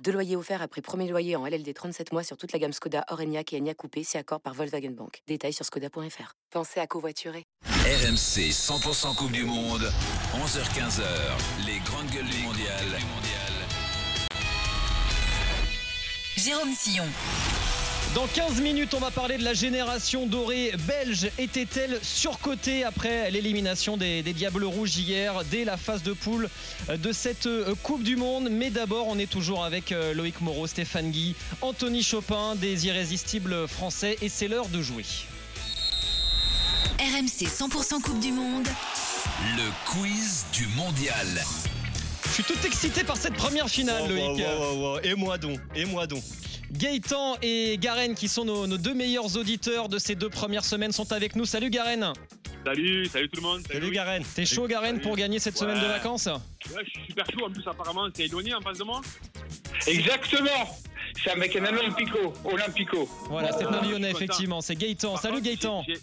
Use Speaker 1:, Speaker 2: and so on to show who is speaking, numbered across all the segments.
Speaker 1: Deux loyers offerts après premier loyer en LLD 37 mois sur toute la gamme Skoda, Orenia et Enya Coupé, si accord par Volkswagen Bank. Détails sur skoda.fr. Pensez à covoiturer.
Speaker 2: RMC 100% Coupe du Monde, 11h-15h, les grandes gueules du mondial.
Speaker 3: Jérôme Sillon.
Speaker 4: Dans 15 minutes, on va parler de la génération dorée belge. Était-elle surcotée après l'élimination des, des Diables Rouges hier, dès la phase de poule de cette euh, Coupe du Monde Mais d'abord, on est toujours avec euh, Loïc Moreau, Stéphane Guy, Anthony Chopin, des irrésistibles français, et c'est l'heure de jouer.
Speaker 3: RMC 100% Coupe du Monde.
Speaker 2: Le quiz du mondial.
Speaker 4: Je suis tout excité par cette première finale,
Speaker 5: Wow,
Speaker 4: Loïc.
Speaker 5: wow, wow, wow, wow. oh, Et moi donc, et moi donc.
Speaker 4: Gaëtan et Garen, qui sont nos, nos deux meilleurs auditeurs de ces deux premières semaines, sont avec nous. Salut Garen
Speaker 6: Salut, salut tout le monde.
Speaker 5: Salut
Speaker 6: Louis.
Speaker 5: Garen.
Speaker 4: T'es chaud, Garen, pour gagner cette semaine de
Speaker 6: Ouais.
Speaker 4: vacances
Speaker 6: Ouais, je suis super chaud. En plus, apparemment, c'est éloigné en face de moi.
Speaker 7: Exactement C'est avec un Olympico. Olympico.
Speaker 4: Voilà, c'est
Speaker 6: Ah,
Speaker 4: un
Speaker 6: je suis
Speaker 4: Lyonnais,
Speaker 6: content.
Speaker 4: effectivement. C'est Gaëtan.
Speaker 6: Par
Speaker 4: Salut
Speaker 6: contre,
Speaker 4: Gaëtan.
Speaker 6: j'ai- j'ai-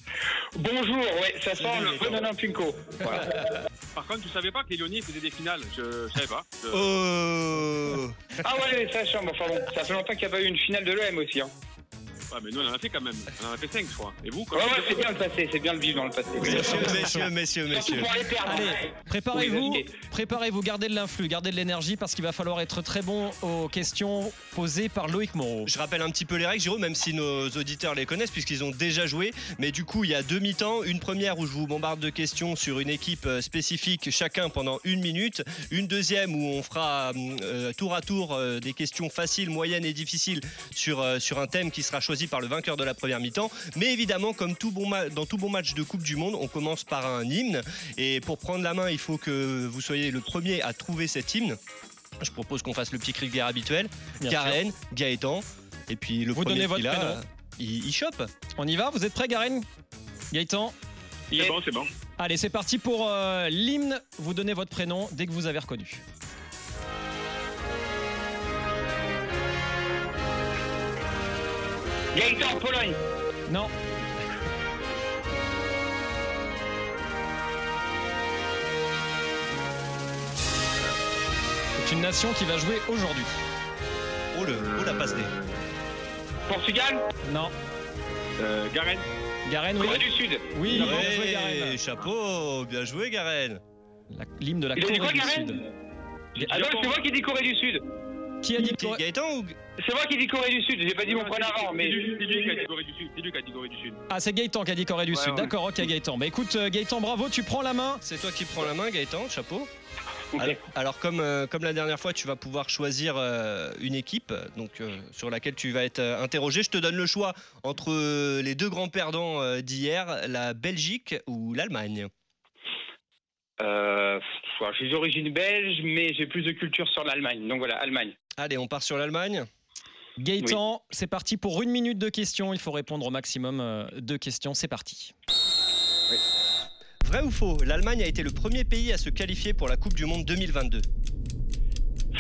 Speaker 7: Bonjour, ouais, ça sent le bon Olympico. Voilà.
Speaker 6: Par contre, je savais pas que les Lyonnais faisaient des finales. Je, je savais pas. Je-
Speaker 5: Oh
Speaker 7: Ah ouais, ça chambre. Enfin bon, ça fait longtemps qu'il n'y a pas eu une finale de l'OM aussi. Hein.
Speaker 6: Ouais, mais nous, on en a fait quand même. On en a fait 5, je crois. Et vous,
Speaker 7: Ouais,
Speaker 6: quoi
Speaker 7: ouais, c'est bien le passé, c'est bien le vivre dans le passé.
Speaker 5: Messieurs, messieurs, messieurs,
Speaker 7: Surtout
Speaker 5: messieurs.
Speaker 7: pour les perdre.
Speaker 4: Allez, préparez-vous,
Speaker 7: Oui,
Speaker 4: préparez-vous, gardez de l'influx, gardez de l'énergie parce qu'il va falloir être très bon aux questions posées par Loïc Moreau.
Speaker 5: Je rappelle un petit peu les règles, Jérôme, même si nos auditeurs les connaissent puisqu'ils ont déjà joué. Mais du coup, il y a deux mi-temps. Une première où je vous bombarde de questions sur une équipe euh, spécifique, chacun pendant une minute. Une deuxième où on fera hum, euh, tour à tour euh, des questions faciles, moyennes et difficiles sur, euh, sur un thème qui sera choisi par le vainqueur de la première mi-temps. Mais évidemment, comme tout bon ma- dans tout bon match de Coupe du Monde, on commence par un hymne. Et pour prendre la main, il faut que vous soyez le premier à trouver cet hymne. Je propose qu'on fasse le petit cri de guerre habituel.
Speaker 4: Bien sûr.
Speaker 5: Karen, Gaëtan. Et puis le
Speaker 4: Vous
Speaker 5: premier
Speaker 4: donnez votre
Speaker 5: qui l'a,
Speaker 4: prénom.
Speaker 5: euh, il, il chope.
Speaker 4: On y va Vous êtes prêts, Garen Gaëtan
Speaker 6: C'est bon, c'est bon.
Speaker 4: Allez, c'est parti pour euh, l'hymne. Vous donnez votre prénom dès que vous avez reconnu.
Speaker 7: Gaëtan, Pologne.
Speaker 4: Non, c'est une nation qui va jouer aujourd'hui.
Speaker 5: Oh, le, oh la passe des.
Speaker 7: Portugal,
Speaker 4: Non,
Speaker 6: Euh, Garen,
Speaker 4: Garen, oui.
Speaker 7: Corée du Sud.
Speaker 4: Oui,
Speaker 5: Ouais,
Speaker 4: bien joué, Garen.
Speaker 5: chapeau, bien joué Garen.
Speaker 4: La- L'hymne de la
Speaker 7: Il a dit
Speaker 4: Corée
Speaker 7: quoi,
Speaker 4: du
Speaker 7: Garen
Speaker 4: Sud.
Speaker 7: Ah non, c'est moi qui dis Corée du Sud.
Speaker 4: Qui a dit
Speaker 5: Qui-
Speaker 4: Corée-
Speaker 5: Gaëtan ou
Speaker 7: C'est moi qui dis Corée du Sud, j'ai pas dit mon prénom avant, mais.
Speaker 6: c'est lui c'est lui qui a dit Corée du Sud. C'est lui qui a dit Corée du Sud.
Speaker 4: Ah, c'est Gaëtan qui a dit Corée du
Speaker 6: Ouais,
Speaker 4: Sud.
Speaker 6: ouais.
Speaker 4: D'accord, ok, Gaëtan. Bah écoute, euh, Gaëtan, bravo, tu prends la main.
Speaker 5: c'est toi qui prends la main Gaëtan, chapeau.
Speaker 7: Ok.
Speaker 5: Alors, alors, comme, euh, comme la dernière fois, tu vas pouvoir choisir euh, une équipe donc, euh, sur laquelle tu vas être euh, interrogé. Je te donne le choix entre euh, les deux grands perdants euh, d'hier, la Belgique ou l'Allemagne.
Speaker 7: Euh, pff, alors, j'ai d'origine belge, mais j'ai plus de culture sur l'Allemagne. Donc voilà, Allemagne.
Speaker 5: Allez, on part sur l'Allemagne.
Speaker 4: Gaëtan, c'est parti pour une minute de questions. Il faut répondre au maximum euh, de questions. C'est parti.
Speaker 5: Vrai ou faux, l'Allemagne a été le premier pays à se qualifier pour la Coupe du Monde 2022.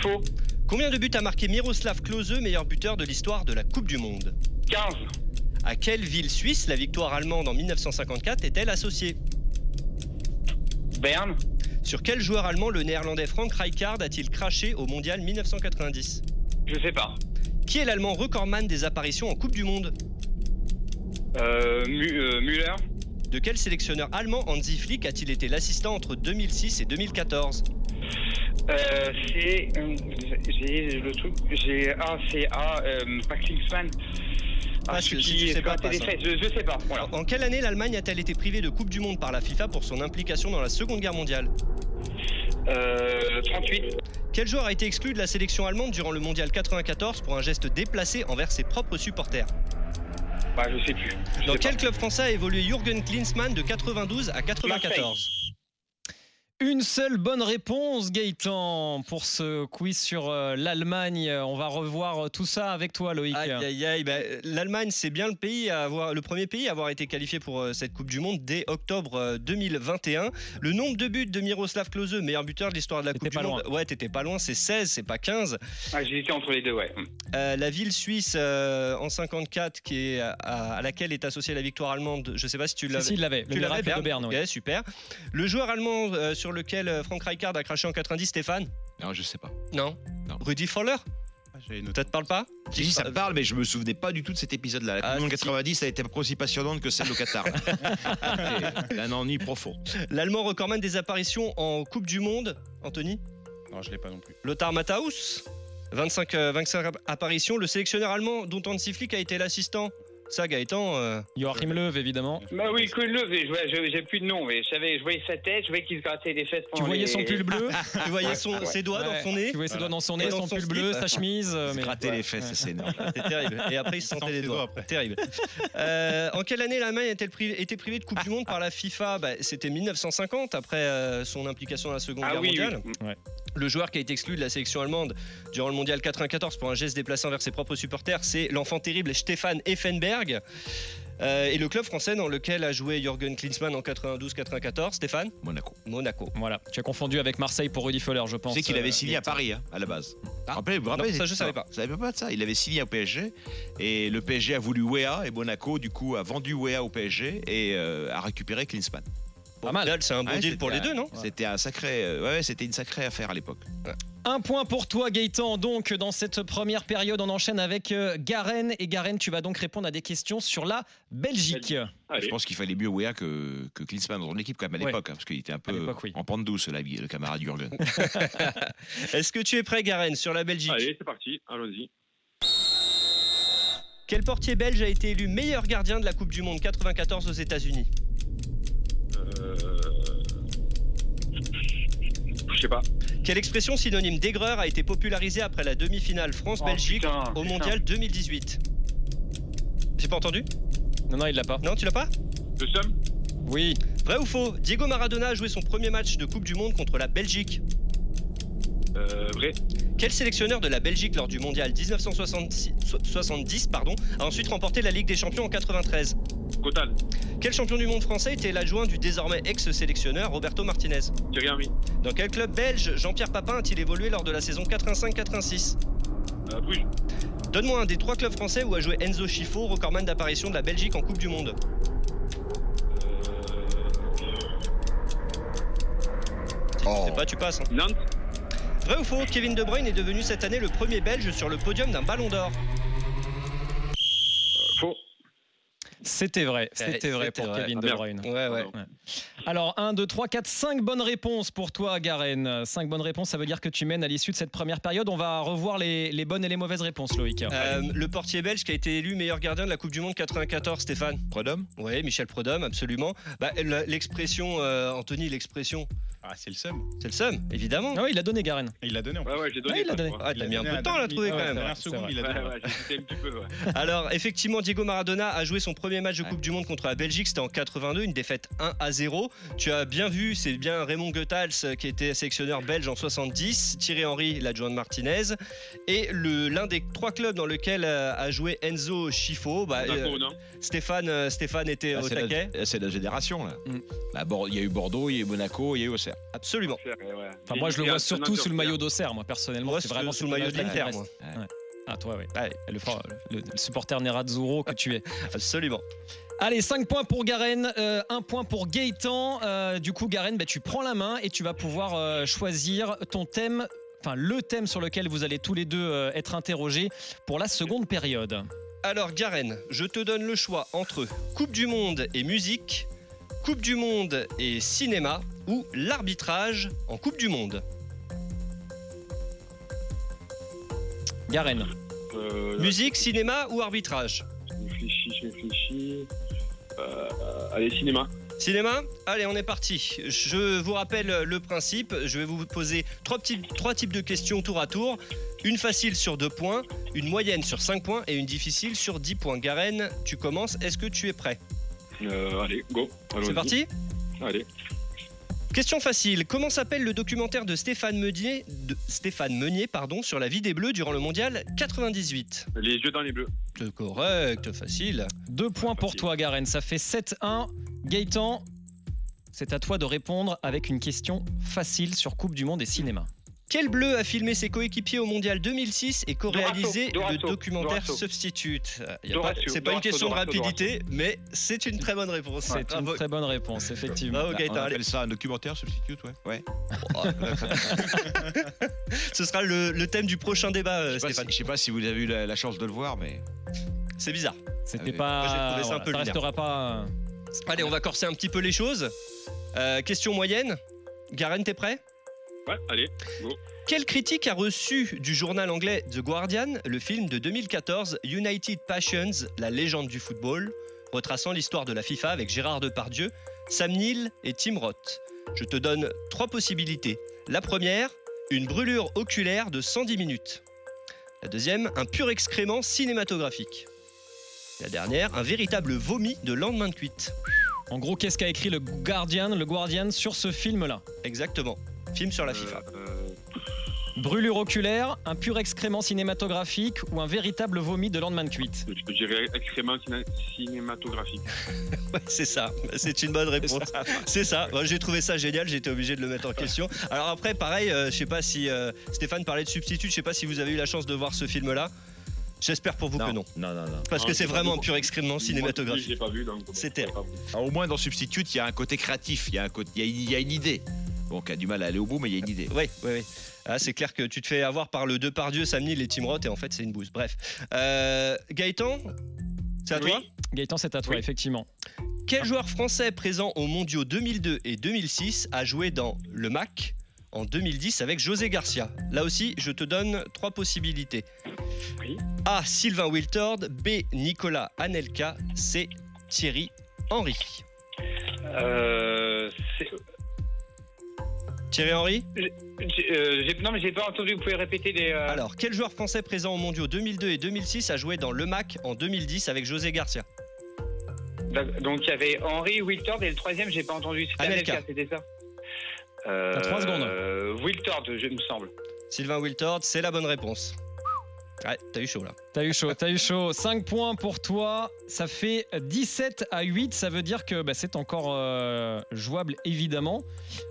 Speaker 7: Faux.
Speaker 5: Combien de buts a marqué Miroslav Klose, meilleur buteur de l'histoire de la Coupe du Monde
Speaker 7: 15.
Speaker 5: À quelle ville suisse la victoire allemande en 1954 est-elle associée
Speaker 7: Berne.
Speaker 5: Sur quel joueur allemand le néerlandais Frank Rijkaard a-t-il craché au mondial 1990
Speaker 7: Je sais pas.
Speaker 5: Qui est l'allemand recordman des apparitions en Coupe du Monde
Speaker 7: Euh, Mu- euh, Müller.
Speaker 5: De quel sélectionneur allemand Hansi Flick a-t-il été l'assistant entre 2006 et 2014
Speaker 7: Euh, c'est. euh, J'ai le truc. J'ai. Ah, c'est. Ah, euh, pas Klinsmann.
Speaker 5: Ah,
Speaker 7: je
Speaker 5: si- si tu sais pas,
Speaker 7: je,
Speaker 5: pas
Speaker 7: les
Speaker 5: ça.
Speaker 7: fesses, je, je sais pas. Voilà.
Speaker 4: Oh,
Speaker 5: En quelle année l'Allemagne a-t-elle été privée de Coupe du Monde par la FIFA pour son implication dans la Seconde Guerre mondiale
Speaker 4: oh.
Speaker 7: Euh, 38.
Speaker 5: Quel joueur a été exclu de la sélection allemande durant le mondial 94 pour un geste déplacé envers ses propres supporters
Speaker 7: Bah, je sais plus. Je
Speaker 5: Dans
Speaker 7: sais
Speaker 5: quel
Speaker 7: pas.
Speaker 5: club français a évolué Jürgen Klinsmann de 92 à 94
Speaker 4: Une seule bonne réponse, Gaëtan, pour ce quiz sur euh, l'Allemagne. On va revoir euh, tout ça avec toi, Loïc.
Speaker 5: Aïe, aïe, aïe. Bah, L'Allemagne, c'est bien le, pays à avoir, le premier pays à avoir été qualifié pour euh, cette Coupe du Monde dès octobre euh, 2021. Le nombre de buts de Miroslav Klose, meilleur buteur de l'histoire de la
Speaker 4: T'étais
Speaker 5: Coupe du
Speaker 4: pas
Speaker 5: Monde. Ouais, t'étais pas loin, c'est 16, c'est pas 15.
Speaker 7: Ah, J'hésitais entre les deux, ouais.
Speaker 5: Euh, la ville suisse euh, en 54, qui est à, à laquelle est associée la victoire allemande, je sais pas si tu l'as
Speaker 4: Si, si, il l'avait. Le
Speaker 5: tu l'avais,
Speaker 4: miracle de Berne, oui.
Speaker 5: Ok, super. Le joueur allemand euh, sur lequel euh, Frank Rijkaard a craché en 90, Stéphane
Speaker 8: Non, je sais pas.
Speaker 5: Non.
Speaker 8: Non.
Speaker 5: Rudy Fowler
Speaker 9: Ah,
Speaker 5: Ça te parle pas
Speaker 8: Si, si, ça me parle, mais je me souvenais pas du tout de cet épisode-là. La Coupe
Speaker 5: Ah,
Speaker 8: du Monde
Speaker 5: si.
Speaker 8: 90 a été aussi passionnante que celle au Qatar. C'était un ennui profond.
Speaker 5: L'allemand recordman des apparitions en Coupe du Monde, Anthony
Speaker 9: Non, je l'ai pas non plus.
Speaker 5: Lothar Matthaus 25, euh, 25 app- apparitions. Le sélectionneur allemand dont Hansi Flick a été l'assistant. Ça, Gaëtan, euh,
Speaker 4: Joachim Löw, évidemment.
Speaker 7: Bah oui, Queen Love, et je vois- je- j'ai plus de nom, mais je savais, je voyais sa tête, je voyais qu'il se grattait les fesses
Speaker 4: Tu
Speaker 7: pendant
Speaker 4: voyais
Speaker 7: les-
Speaker 4: son pull bleu,
Speaker 5: tu voyais son-
Speaker 8: Ah
Speaker 7: Ouais.
Speaker 5: ses doigts
Speaker 4: Ouais.
Speaker 5: dans son nez
Speaker 4: tu voyais ses doigts dans son
Speaker 5: Et
Speaker 4: nez,
Speaker 5: dans
Speaker 4: son
Speaker 5: son
Speaker 4: pull
Speaker 5: slip.
Speaker 4: bleu, sa chemise. euh, mais-
Speaker 8: Gratter les fesses, c'est énorme.
Speaker 5: C'est terrible. Et après, il se
Speaker 9: Il
Speaker 5: sentait
Speaker 9: sent
Speaker 5: les
Speaker 9: ses doigts
Speaker 5: doigts.
Speaker 9: après.
Speaker 5: Terrible. Euh, en quelle année l'Allemagne a-t-elle privé- été privée de Coupe du Monde par la FIFA Bah, C'était 1950, après euh, son implication dans la Seconde
Speaker 7: Ah
Speaker 5: Guerre
Speaker 7: oui, oui.
Speaker 5: mondiale.
Speaker 4: Ouais.
Speaker 5: Le joueur qui a été exclu de la sélection allemande durant le mondial 94 pour un geste déplacé envers ses propres supporters, c'est l'enfant terrible Stéphane Effenberg. Euh, et le club français dans lequel a joué Jürgen Klinsmann en 92-94, Stéphane
Speaker 8: Monaco.
Speaker 5: Monaco.
Speaker 4: Voilà, tu as confondu avec Marseille pour Rudy Foller, je pense.
Speaker 8: Tu sais qu'il
Speaker 4: euh,
Speaker 8: avait signé à Paris, hein, à la base. Rappelez- vous vous rappelez,
Speaker 5: Non, ça, je savais pas.
Speaker 8: Vous savez pas de ça. Il avait signé au PSG et le PSG a voulu Wea et Monaco, du coup, a vendu Wea au PSG et euh, a récupéré Klinsmann.
Speaker 4: Pas mal.
Speaker 5: Là, c'est un bon
Speaker 8: Ouais,
Speaker 5: deal pour les
Speaker 8: c'était
Speaker 5: deux,
Speaker 8: un-
Speaker 5: non
Speaker 8: C'était un sacré, euh, ouais, c'était une sacrée affaire à l'époque.
Speaker 4: Un point pour toi Gaëtan, donc dans cette première période on enchaîne avec euh, Garen et Garen tu vas donc répondre à des questions sur la Belgique.
Speaker 8: Je
Speaker 6: Allez.
Speaker 8: pense qu'il fallait mieux Wea que, que Klinsmann dans son équipe quand même à
Speaker 4: Ouais.
Speaker 8: l'époque, hein, parce qu'il était un peu
Speaker 4: l'époque, oui.
Speaker 8: en pente douce la vie, le camarade Jürgen.
Speaker 5: Est-ce que tu es prêt, Garen, sur la Belgique
Speaker 6: Allez, c'est parti, allons-y.
Speaker 5: Quel portier belge a été élu meilleur gardien de la Coupe du Monde 94 aux États-Unis
Speaker 6: Euh... Je sais pas.
Speaker 5: Quelle expression synonyme d'aigreur a été popularisée après la demi-finale
Speaker 7: Oh,
Speaker 5: France-Belgique
Speaker 7: putain,
Speaker 5: au
Speaker 7: putain.
Speaker 5: Mondial 2018 J'ai pas entendu
Speaker 4: Non non il l'a pas.
Speaker 5: Non, tu l'as pas
Speaker 6: Le somme
Speaker 4: Oui.
Speaker 5: Vrai ou faux Diego Maradona a joué son premier match de Coupe du Monde contre la Belgique.
Speaker 6: euh, Vrai.
Speaker 5: Quel sélectionneur de la Belgique lors du Mondial 1970 pardon, a ensuite remporté la Ligue des Champions en 93
Speaker 6: Gotal.
Speaker 5: Quel champion du monde français était l'adjoint du désormais ex-sélectionneur Roberto Martinez
Speaker 6: J'ai rien mis.
Speaker 5: Dans quel club belge Jean-Pierre Papin a-t-il évolué lors de la saison 85-86
Speaker 6: Euh, Bruges.
Speaker 5: Donne-moi un des trois clubs français où a joué Enzo Schifo, recordman d'apparition de la Belgique en Coupe du Monde.
Speaker 6: Euh...
Speaker 5: Si
Speaker 8: Oh.
Speaker 5: tu sais pas, tu passes. hein.
Speaker 6: Nantes.
Speaker 5: Vrai ou faux, Kevin De Bruyne est devenu cette année le premier Belge sur le podium d'un Ballon d'Or.
Speaker 6: Faux.
Speaker 4: C'était vrai, c'était
Speaker 5: c'était
Speaker 4: vrai pour
Speaker 5: vrai.
Speaker 4: Kevin
Speaker 6: Ah,
Speaker 4: De
Speaker 6: merde.
Speaker 4: Bruyne.
Speaker 5: Ouais, ouais.
Speaker 6: Pardon.
Speaker 4: Alors 1, 2, 3, 4, 5 bonnes réponses pour toi Garen. 5 bonnes réponses ça veut dire que tu mènes à l'issue de cette première période. On va revoir les, les bonnes et les mauvaises réponses Loïc.
Speaker 5: Euh, le portier belge qui a été élu meilleur gardien de la Coupe du Monde 94, Stéphane.
Speaker 8: Prodhomme
Speaker 5: Oui, Michel Prodhomme, absolument. Bah, l- l'expression, euh, Anthony, l'expression,
Speaker 9: Ah, c'est le seum.
Speaker 5: c'est le seum, évidemment.
Speaker 4: Ah oui il l'a donné Garen.
Speaker 9: Et Il l'a
Speaker 8: Ah,
Speaker 9: donné en plus.
Speaker 6: Ouais,
Speaker 7: Bah
Speaker 6: ouais, j'ai donné.
Speaker 4: Ouais, il l'a
Speaker 6: ça,
Speaker 4: donné.
Speaker 6: je crois.
Speaker 5: Ah, t'as
Speaker 9: Il
Speaker 5: mis un
Speaker 9: donné
Speaker 5: peu de temps à la trouver
Speaker 9: Ah
Speaker 5: quand
Speaker 9: ouais,
Speaker 5: même.
Speaker 9: dernière
Speaker 4: C'est
Speaker 9: seconde,
Speaker 4: vrai.
Speaker 9: il a
Speaker 6: Ouais,
Speaker 9: donné.
Speaker 6: ouais, j'ai hésité un petit peu. Ouais.
Speaker 5: Alors, effectivement, Diego Maradona a joué son premier match de
Speaker 8: Ouais.
Speaker 5: Coupe du Monde contre la Belgique, c'était en 82, une défaite 1 à 0. Tu as bien vu, c'est bien Raymond Goethals euh, qui était sélectionneur belge en 70, Thierry Henry, l'adjoint de Martinez, et le- l'un des trois clubs dans lequel euh, a joué Enzo Schifo. Bah, euh,
Speaker 6: Monaco, non
Speaker 5: Stéphane, euh, Stéphane était
Speaker 8: Ah,
Speaker 5: au
Speaker 8: c'est la-
Speaker 5: taquet.
Speaker 8: C'est la, génération là.
Speaker 4: Mm.
Speaker 8: Bah, Bor- il y a eu Bordeaux, il y a eu Monaco, il y a eu Auxerre.
Speaker 5: Absolument.
Speaker 6: Ouais, ouais.
Speaker 4: Enfin moi je le
Speaker 6: Et un-
Speaker 4: vois
Speaker 6: un
Speaker 4: surtout sous le
Speaker 6: Nantes,
Speaker 4: maillot d'Auxerre moi personnellement.
Speaker 5: Moi,
Speaker 4: c'est
Speaker 5: sous-
Speaker 4: vraiment
Speaker 5: sous
Speaker 4: cette
Speaker 5: le maillot de
Speaker 4: image-là qui
Speaker 5: l'Inter,
Speaker 4: reste.
Speaker 5: moi.
Speaker 4: Ouais. Ah toi oui.
Speaker 5: Ouais,
Speaker 4: Le, fran- le- le supporter Nerazzurro que tu es.
Speaker 5: absolument.
Speaker 4: Allez, 5 points pour Garen, 1 point pour Gaëtan. Euh, du coup, Garen, bah, tu prends la main et tu vas pouvoir euh, choisir ton thème, enfin le thème sur lequel vous allez tous les deux euh, être interrogés pour la seconde période.
Speaker 5: Alors, Garen, je te donne le choix entre Coupe du Monde et musique, Coupe du Monde et cinéma, ou l'arbitrage en Coupe du Monde.
Speaker 4: Garen,
Speaker 6: Euh,
Speaker 5: Musique, cinéma ou arbitrage
Speaker 6: Je réfléchis, je réfléchis. Euh, euh, allez, cinéma.
Speaker 5: Cinéma Allez, on est parti. Je vous rappelle le principe. Je vais vous poser trois, petits- trois types de questions tour à tour. Une facile sur 2 points, une moyenne sur 5 points et une difficile sur 10 points. Garen, tu commences. Est-ce que tu es prêt
Speaker 6: Euh, allez, go.
Speaker 5: C'est
Speaker 6: allons-y.
Speaker 5: parti
Speaker 6: Allez.
Speaker 5: Question facile. Comment s'appelle le documentaire de Stéphane Meunier, de Stéphane Meunier pardon, sur la vie des Bleus durant le mondial 98
Speaker 6: Les yeux dans les bleus.
Speaker 5: C'est correct, facile.
Speaker 4: Deux points pour
Speaker 6: facile.
Speaker 4: toi, Garen. Ça fait 7-1. Gaëtan, c'est à toi de répondre avec une question facile sur Coupe du Monde et cinéma.
Speaker 5: Quel bleu a filmé ses coéquipiers au mondial 2006 et co-réalisé
Speaker 7: Dorato,
Speaker 5: le
Speaker 7: Dorato,
Speaker 5: documentaire
Speaker 7: Dorato.
Speaker 5: Substitute Euh, y a pas-
Speaker 7: Dorato,
Speaker 5: C'est pas une
Speaker 7: Dorato,
Speaker 5: question de
Speaker 7: Dorato,
Speaker 5: rapidité, mais c'est une très bonne réponse.
Speaker 4: C'est une
Speaker 5: Bravo.
Speaker 4: très bonne Ah, réponse, effectivement.
Speaker 5: Bravo,
Speaker 8: On
Speaker 5: Gaëtan, allez.
Speaker 8: appelle ça un documentaire substitute, ouais. Ouais.
Speaker 5: ce sera le, le thème du prochain débat, euh,
Speaker 8: Je sais pas si-
Speaker 5: Stéphane.
Speaker 8: je sais pas si vous avez eu la, la chance de le voir, mais
Speaker 5: C'est bizarre.
Speaker 4: C'était
Speaker 8: Allez,
Speaker 4: pas.
Speaker 5: Ah moi, j'ai trouvé ça un peu
Speaker 4: ça
Speaker 5: lunaire.
Speaker 4: restera pas.
Speaker 5: Allez, on va corser un petit peu les choses. Euh, question moyenne. Garen, t'es prêt
Speaker 6: Ouais, allez.
Speaker 5: Quelle critique a reçu du journal anglais The Guardian le film de 2014 United Passions, la légende du football, retraçant l'histoire de la FIFA avec Gérard Depardieu, Sam Neill et Tim Roth Je te donne trois possibilités. La première, une brûlure oculaire de 110 minutes. La deuxième, un pur excrément cinématographique. La dernière, un véritable vomi de lendemain de cuite.
Speaker 4: En gros, qu'est-ce qu'a écrit le Guardian, le Guardian sur ce film-là
Speaker 5: Exactement. Film sur la
Speaker 6: Euh,
Speaker 5: FIFA.
Speaker 6: euh,
Speaker 4: Brûlure oculaire, un pur excrément cinématographique ou un véritable vomi de lendemain de cuite
Speaker 6: euh, je dirais excrément ciné- cinématographique.
Speaker 5: Ouais, c'est ça. Bah, C'est une bonne réponse. C'est ça. Moi, J'ai trouvé ça génial. J'étais obligé de le mettre en question. Alors après, pareil, euh, je sais pas si euh, Stéphane parlait de substitut. Je sais pas si vous avez eu la chance de voir ce film-là. J'espère pour vous que non,
Speaker 8: Non, non, non.
Speaker 5: parce
Speaker 6: Non,
Speaker 5: que c'est
Speaker 6: j'ai pas
Speaker 5: vraiment un
Speaker 6: vu.
Speaker 5: pur excrément
Speaker 6: Moi, Je
Speaker 5: cinématographique.
Speaker 6: l'ai pas vu, donc.
Speaker 5: C'est terrible.
Speaker 8: Alors, Ah, au moins dans substitute, il y a un côté créatif, il y a un côté, il y a une- il y a une idée. Bon, qui a du mal à aller au bout, mais il y a une idée.
Speaker 5: Oui, oui, oui. Ah, c'est clair que tu te fais avoir par le Depardieu, Sam Neill et Tim Roth, et en fait, c'est une bouse. Bref. Euh, Gaëtan, c'est à
Speaker 6: Oui.
Speaker 5: toi
Speaker 4: Gaëtan, c'est à toi,
Speaker 6: Oui.
Speaker 4: effectivement.
Speaker 5: Quel joueur français présent aux mondiaux 2002 et 2006 a joué dans le MAC en 2010 avec José Garcia Là aussi, je te donne trois possibilités.
Speaker 6: Oui.
Speaker 5: A. Sylvain Wiltord, B. Nicolas Anelka, C. Thierry Henry.
Speaker 7: Euh, c'est-
Speaker 5: Thierry Henry
Speaker 7: j'ai- euh, j'ai- non, mais j'ai pas entendu. Vous pouvez répéter les. euh,
Speaker 5: Alors, quel joueur français présent aux mondiaux 2002 et 2006 a joué dans le MAC en 2010 avec José Garcia
Speaker 7: d'ac- Bah, Donc il y avait Henry, Wiltord et le troisième, j'ai pas entendu. C'était
Speaker 5: Anelka.
Speaker 7: Anelka, c'était ça euh,
Speaker 4: T'as trois secondes.
Speaker 7: euh, Wiltord, je me semble.
Speaker 5: Sylvain Wiltord, c'est la bonne réponse. Ouais, t'as eu chaud là.
Speaker 4: T'as eu chaud, t'as eu chaud. 5 points pour toi. Ça fait 17 à 8. Ça veut dire que bah, c'est encore euh, jouable, évidemment.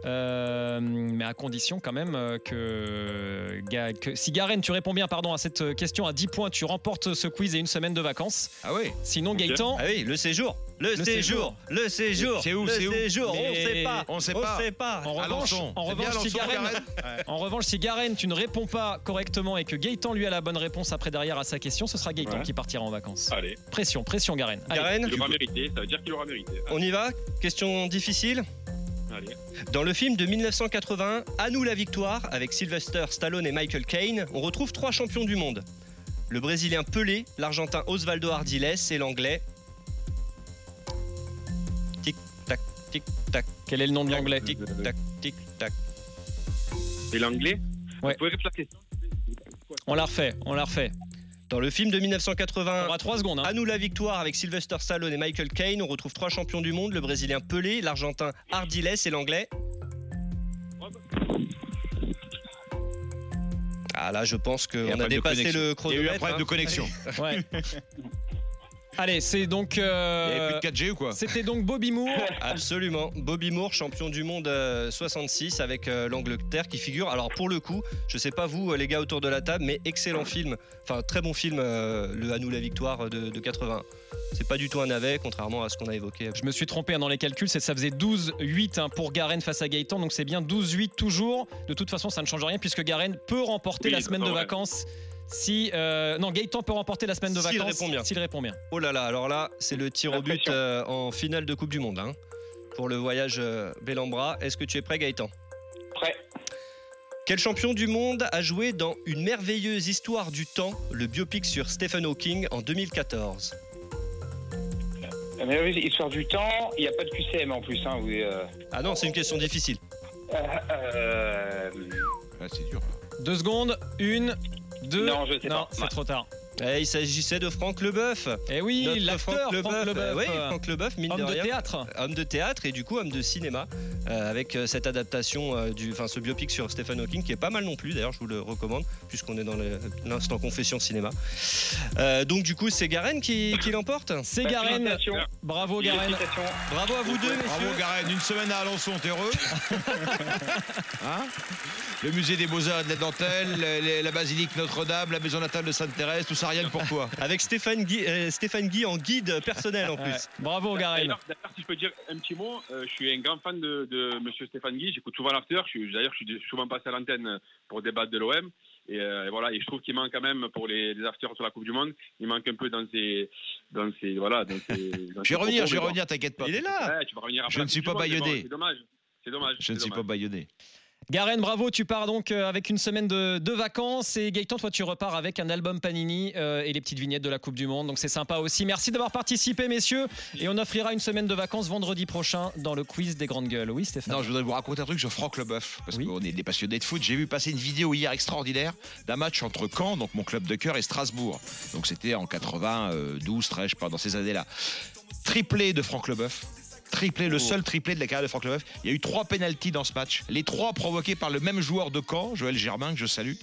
Speaker 4: Euh, mais à condition, quand même, euh, que, Ga- que- Si Garen, tu réponds bien pardon, à cette euh, question à 10 points, tu remportes ce quiz et une semaine de vacances.
Speaker 8: Ah oui.
Speaker 4: Sinon,
Speaker 6: Ok.
Speaker 4: Gaëtan.
Speaker 5: Ah oui, le séjour Le,
Speaker 4: Le
Speaker 5: séjour, Le séjour
Speaker 8: C'est où,
Speaker 5: Le
Speaker 8: c'est où
Speaker 5: séjour On
Speaker 4: Mais-
Speaker 5: sait pas
Speaker 8: On sait
Speaker 5: On
Speaker 8: pas.
Speaker 5: sait pas
Speaker 4: En revanche,
Speaker 8: Alençon.
Speaker 4: en
Speaker 8: C'est bien
Speaker 4: revanche, si
Speaker 8: Alençon,
Speaker 4: Garen-
Speaker 8: Karen
Speaker 4: En revanche, si Garen, tu ne réponds pas correctement et que Gaëtan lui a la bonne réponse après derrière à sa question, ce sera Gaëtan
Speaker 6: Ouais.
Speaker 4: qui partira en vacanence.
Speaker 6: Allez,
Speaker 4: Pression, pression, Garen. Allez.
Speaker 5: Karen,
Speaker 6: il aura mérité, ça veut dire qu'il aura mérité.
Speaker 5: on y va Question difficile.
Speaker 6: Allez.
Speaker 5: Dans le film de 1981, À nous la victoire, avec Sylvester Stallone et Michael Caine, on retrouve trois champions du monde. Le Brésilien Pelé, l'Argentin Osvaldo Ardiles et l'Anglais... Tic-tac, tic-tac,
Speaker 4: Quel est le nom de l'anglais
Speaker 6: Euh,
Speaker 5: tic-tac, tic-tac.
Speaker 6: Et l'anglais
Speaker 4: Ouais.
Speaker 6: Vous pouvez répéter la question
Speaker 4: On la refait, on la refait.
Speaker 5: Dans le film de 1981,
Speaker 4: On aura 3 secondes. hein.
Speaker 5: À nous la victoire avec Sylvester Stallone et Michael Caine. On retrouve trois champions du monde, le Brésilien Pelé, l'Argentin Ardiles et l'Anglais. Ah là, je pense
Speaker 8: Il y a un
Speaker 5: qu'on a
Speaker 8: problème de
Speaker 5: dépassé le
Speaker 8: connexion. Il y a
Speaker 5: chronomètre.
Speaker 8: eu un problème de
Speaker 5: hein.
Speaker 8: connexion.
Speaker 4: Ouais. Allez, c'est donc.
Speaker 8: Il
Speaker 4: euh,
Speaker 8: y avait plus de 4G ou quoi
Speaker 4: C'était donc Bobby Moore.
Speaker 5: Absolument. Bobby Moore, champion du monde euh, 66 avec euh, l'Angleterre qui figure. Alors pour le coup, je sais pas vous euh, les gars autour de la table, mais excellent film. Enfin très bon film, euh, le À nous la victoire de, de 80. C'est pas du tout un navet, contrairement à ce qu'on a évoqué.
Speaker 4: Je me suis trompé hein, dans les calculs, c'est- ça faisait 12-8 hein, pour Garen face à Gaëtan, donc c'est bien 12-8 toujours. De toute façon, ça ne change rien puisque Garen peut remporter
Speaker 6: Oui,
Speaker 4: la semaine de
Speaker 6: ouais.
Speaker 4: vacances. Si euh, non, Gaëtan peut remporter la semaine de
Speaker 5: S'il
Speaker 4: vacances
Speaker 5: répond bien.
Speaker 4: S'il répond bien.
Speaker 5: Oh là là, alors là, c'est le tir au but
Speaker 7: Impression.
Speaker 5: euh, en finale de Coupe du Monde. hein, pour le voyage euh, Bellambra. Est-ce que tu es prêt, Gaëtan
Speaker 7: Prêt.
Speaker 5: Quel champion du monde a joué dans Une merveilleuse histoire du temps, le biopic sur Stephen Hawking en 2014
Speaker 7: La merveilleuse histoire du temps, il n'y a pas de QCM en plus. Hein, oui, euh,
Speaker 5: Ah non, c'est une question difficile.
Speaker 7: euh, euh,
Speaker 8: Ah, C'est dur.
Speaker 5: Euh,
Speaker 4: Deux secondes, une, deux.
Speaker 7: non, je sais
Speaker 4: Non,
Speaker 7: pas.
Speaker 4: c'est trop tard.
Speaker 5: Eh, il s'agissait de Franck Leboeuf.
Speaker 4: Eh oui,
Speaker 5: Notre
Speaker 4: l'acteur
Speaker 5: Franck
Speaker 4: Franck
Speaker 5: Leboeuf.
Speaker 4: Leboeuf.
Speaker 5: Euh, oui, Franck Leboeuf, mine
Speaker 4: Homme de
Speaker 5: rien.
Speaker 4: théâtre.
Speaker 5: Homme de théâtre et du coup homme de cinéma euh, avec euh, cette adaptation euh, du, enfin ce biopic sur Stephen Hawking qui est pas mal non plus. D'ailleurs, je vous le recommande puisqu'on est dans le- l'instant confession cinéma. Euh, donc du coup, c'est Garen qui, qui l'emporte.
Speaker 4: C'est Garen.
Speaker 7: Bah, Félicitations.
Speaker 4: Bravo Garen.
Speaker 7: Félicitations.
Speaker 5: Bravo à vous deux, messieurs.
Speaker 8: Bravo Garen, une semaine à Alençon, t'es heureux Hein Le musée des beaux-arts et de la dentelle, les- les- la basilique Notre-Dame, la maison natale de Sainte-Thérèse, tout ça rien que pour toi.
Speaker 5: Avec Stéphane Guy, euh, Stéphane Guy en guide personnel en
Speaker 4: Ouais.
Speaker 5: plus.
Speaker 4: Bravo
Speaker 7: Bah,
Speaker 4: Garen.
Speaker 6: D'ailleurs, d'ailleurs, si je peux dire un petit mot, euh, je suis un grand fan de, de Monsieur Stéphane Guy. J'écoute souvent l'after. Je suis- D'ailleurs, je suis souvent passé à l'antenne pour débattre de l'OM. Et, euh, et voilà, et je trouve qu'il manque quand même pour les, les afters sur la Coupe du Monde. Il manque un peu dans ses, dans ses, voilà, dans ses. dans
Speaker 8: Je vais
Speaker 6: ses
Speaker 8: revenir,
Speaker 6: propos,
Speaker 8: je vais
Speaker 6: mais bon.
Speaker 8: revenir, t'inquiète pas.
Speaker 5: Il est là.
Speaker 6: Ouais, tu vas revenir après
Speaker 8: Je
Speaker 6: la
Speaker 8: ne
Speaker 6: Coupe
Speaker 8: suis
Speaker 6: du
Speaker 8: pas
Speaker 6: Monde, mais bon,
Speaker 8: baïonné.
Speaker 6: C'est dommage. C'est dommage.
Speaker 8: Je ne
Speaker 6: c'est
Speaker 8: suis pas
Speaker 6: dommage.
Speaker 8: baïonné.
Speaker 4: Garen, bravo, tu pars donc euh, avec une semaine de, de vacances et Gaëtan, toi tu repars avec un album Panini euh, et les petites vignettes de la Coupe du Monde, donc c'est sympa aussi. Merci d'avoir participé messieurs et on offrira une semaine de vacances vendredi prochain dans le quiz des grandes gueules. Oui Stéphane
Speaker 8: Non, je voudrais vous raconter un truc sur Franck Leboeuf, parce
Speaker 4: Oui.
Speaker 8: qu'on est des passionnés de foot. J'ai vu passer une vidéo hier extraordinaire d'un match entre Caen, donc mon club de cœur, et Strasbourg. Donc c'était en 92, 13, je sais pas, dans ces années-là. Triplé de Franck Leboeuf. Triplé, le seul triplé de la carrière de Franck Leboeuf. Il y a eu trois pénalties dans ce match. Les trois provoqués par le même joueur de Caen, Joël Germain, que je salue.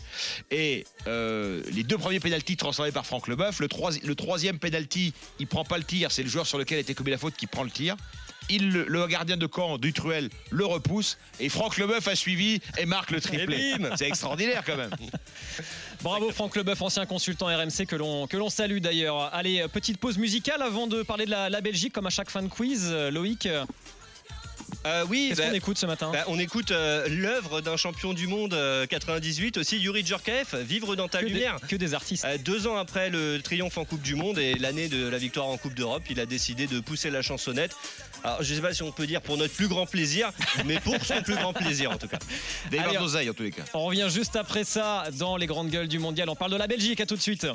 Speaker 8: Et euh, les deux premiers pénalties transformés par Franck Leboeuf. Le, troisi- le troisième pénalty, il prend pas le tir. C'est le joueur sur lequel a été commis la faute qui prend le tir. Il, le, le gardien de camp, Dutruel, le repousse. Et Franck Leboeuf a suivi et marque le triplé. C'est extraordinaire quand même.
Speaker 4: Bravo Franck Leboeuf, ancien consultant RMC que l'on que l'on salue d'ailleurs. Allez, euh, petite pause musicale avant de parler de la, la Belgique comme à chaque fin de quiz. Euh, Loïc, euh,
Speaker 5: Euh, oui,
Speaker 4: qu'est-ce
Speaker 5: bah,
Speaker 4: qu'on écoute hein ce matin
Speaker 5: bah, on écoute euh, l'œuvre d'un champion du monde euh, 98 aussi, Yuri Djorkaeff, Vivre dans ta
Speaker 4: que, des,
Speaker 5: lumière.
Speaker 4: que des artistes.
Speaker 5: Euh, deux ans après le triomphe en Coupe du Monde et l'année de la victoire en Coupe d'Europe, il a décidé de pousser la chansonnette. Alors, je ne sais pas si on peut dire pour notre plus grand plaisir, mais pour son plus grand plaisir en tout cas.
Speaker 8: Des
Speaker 4: Allez,
Speaker 8: barres d'oseille en tous les cas.
Speaker 4: On revient juste après ça dans les grandes gueules du mondial. On parle de la Belgique, à tout de suite.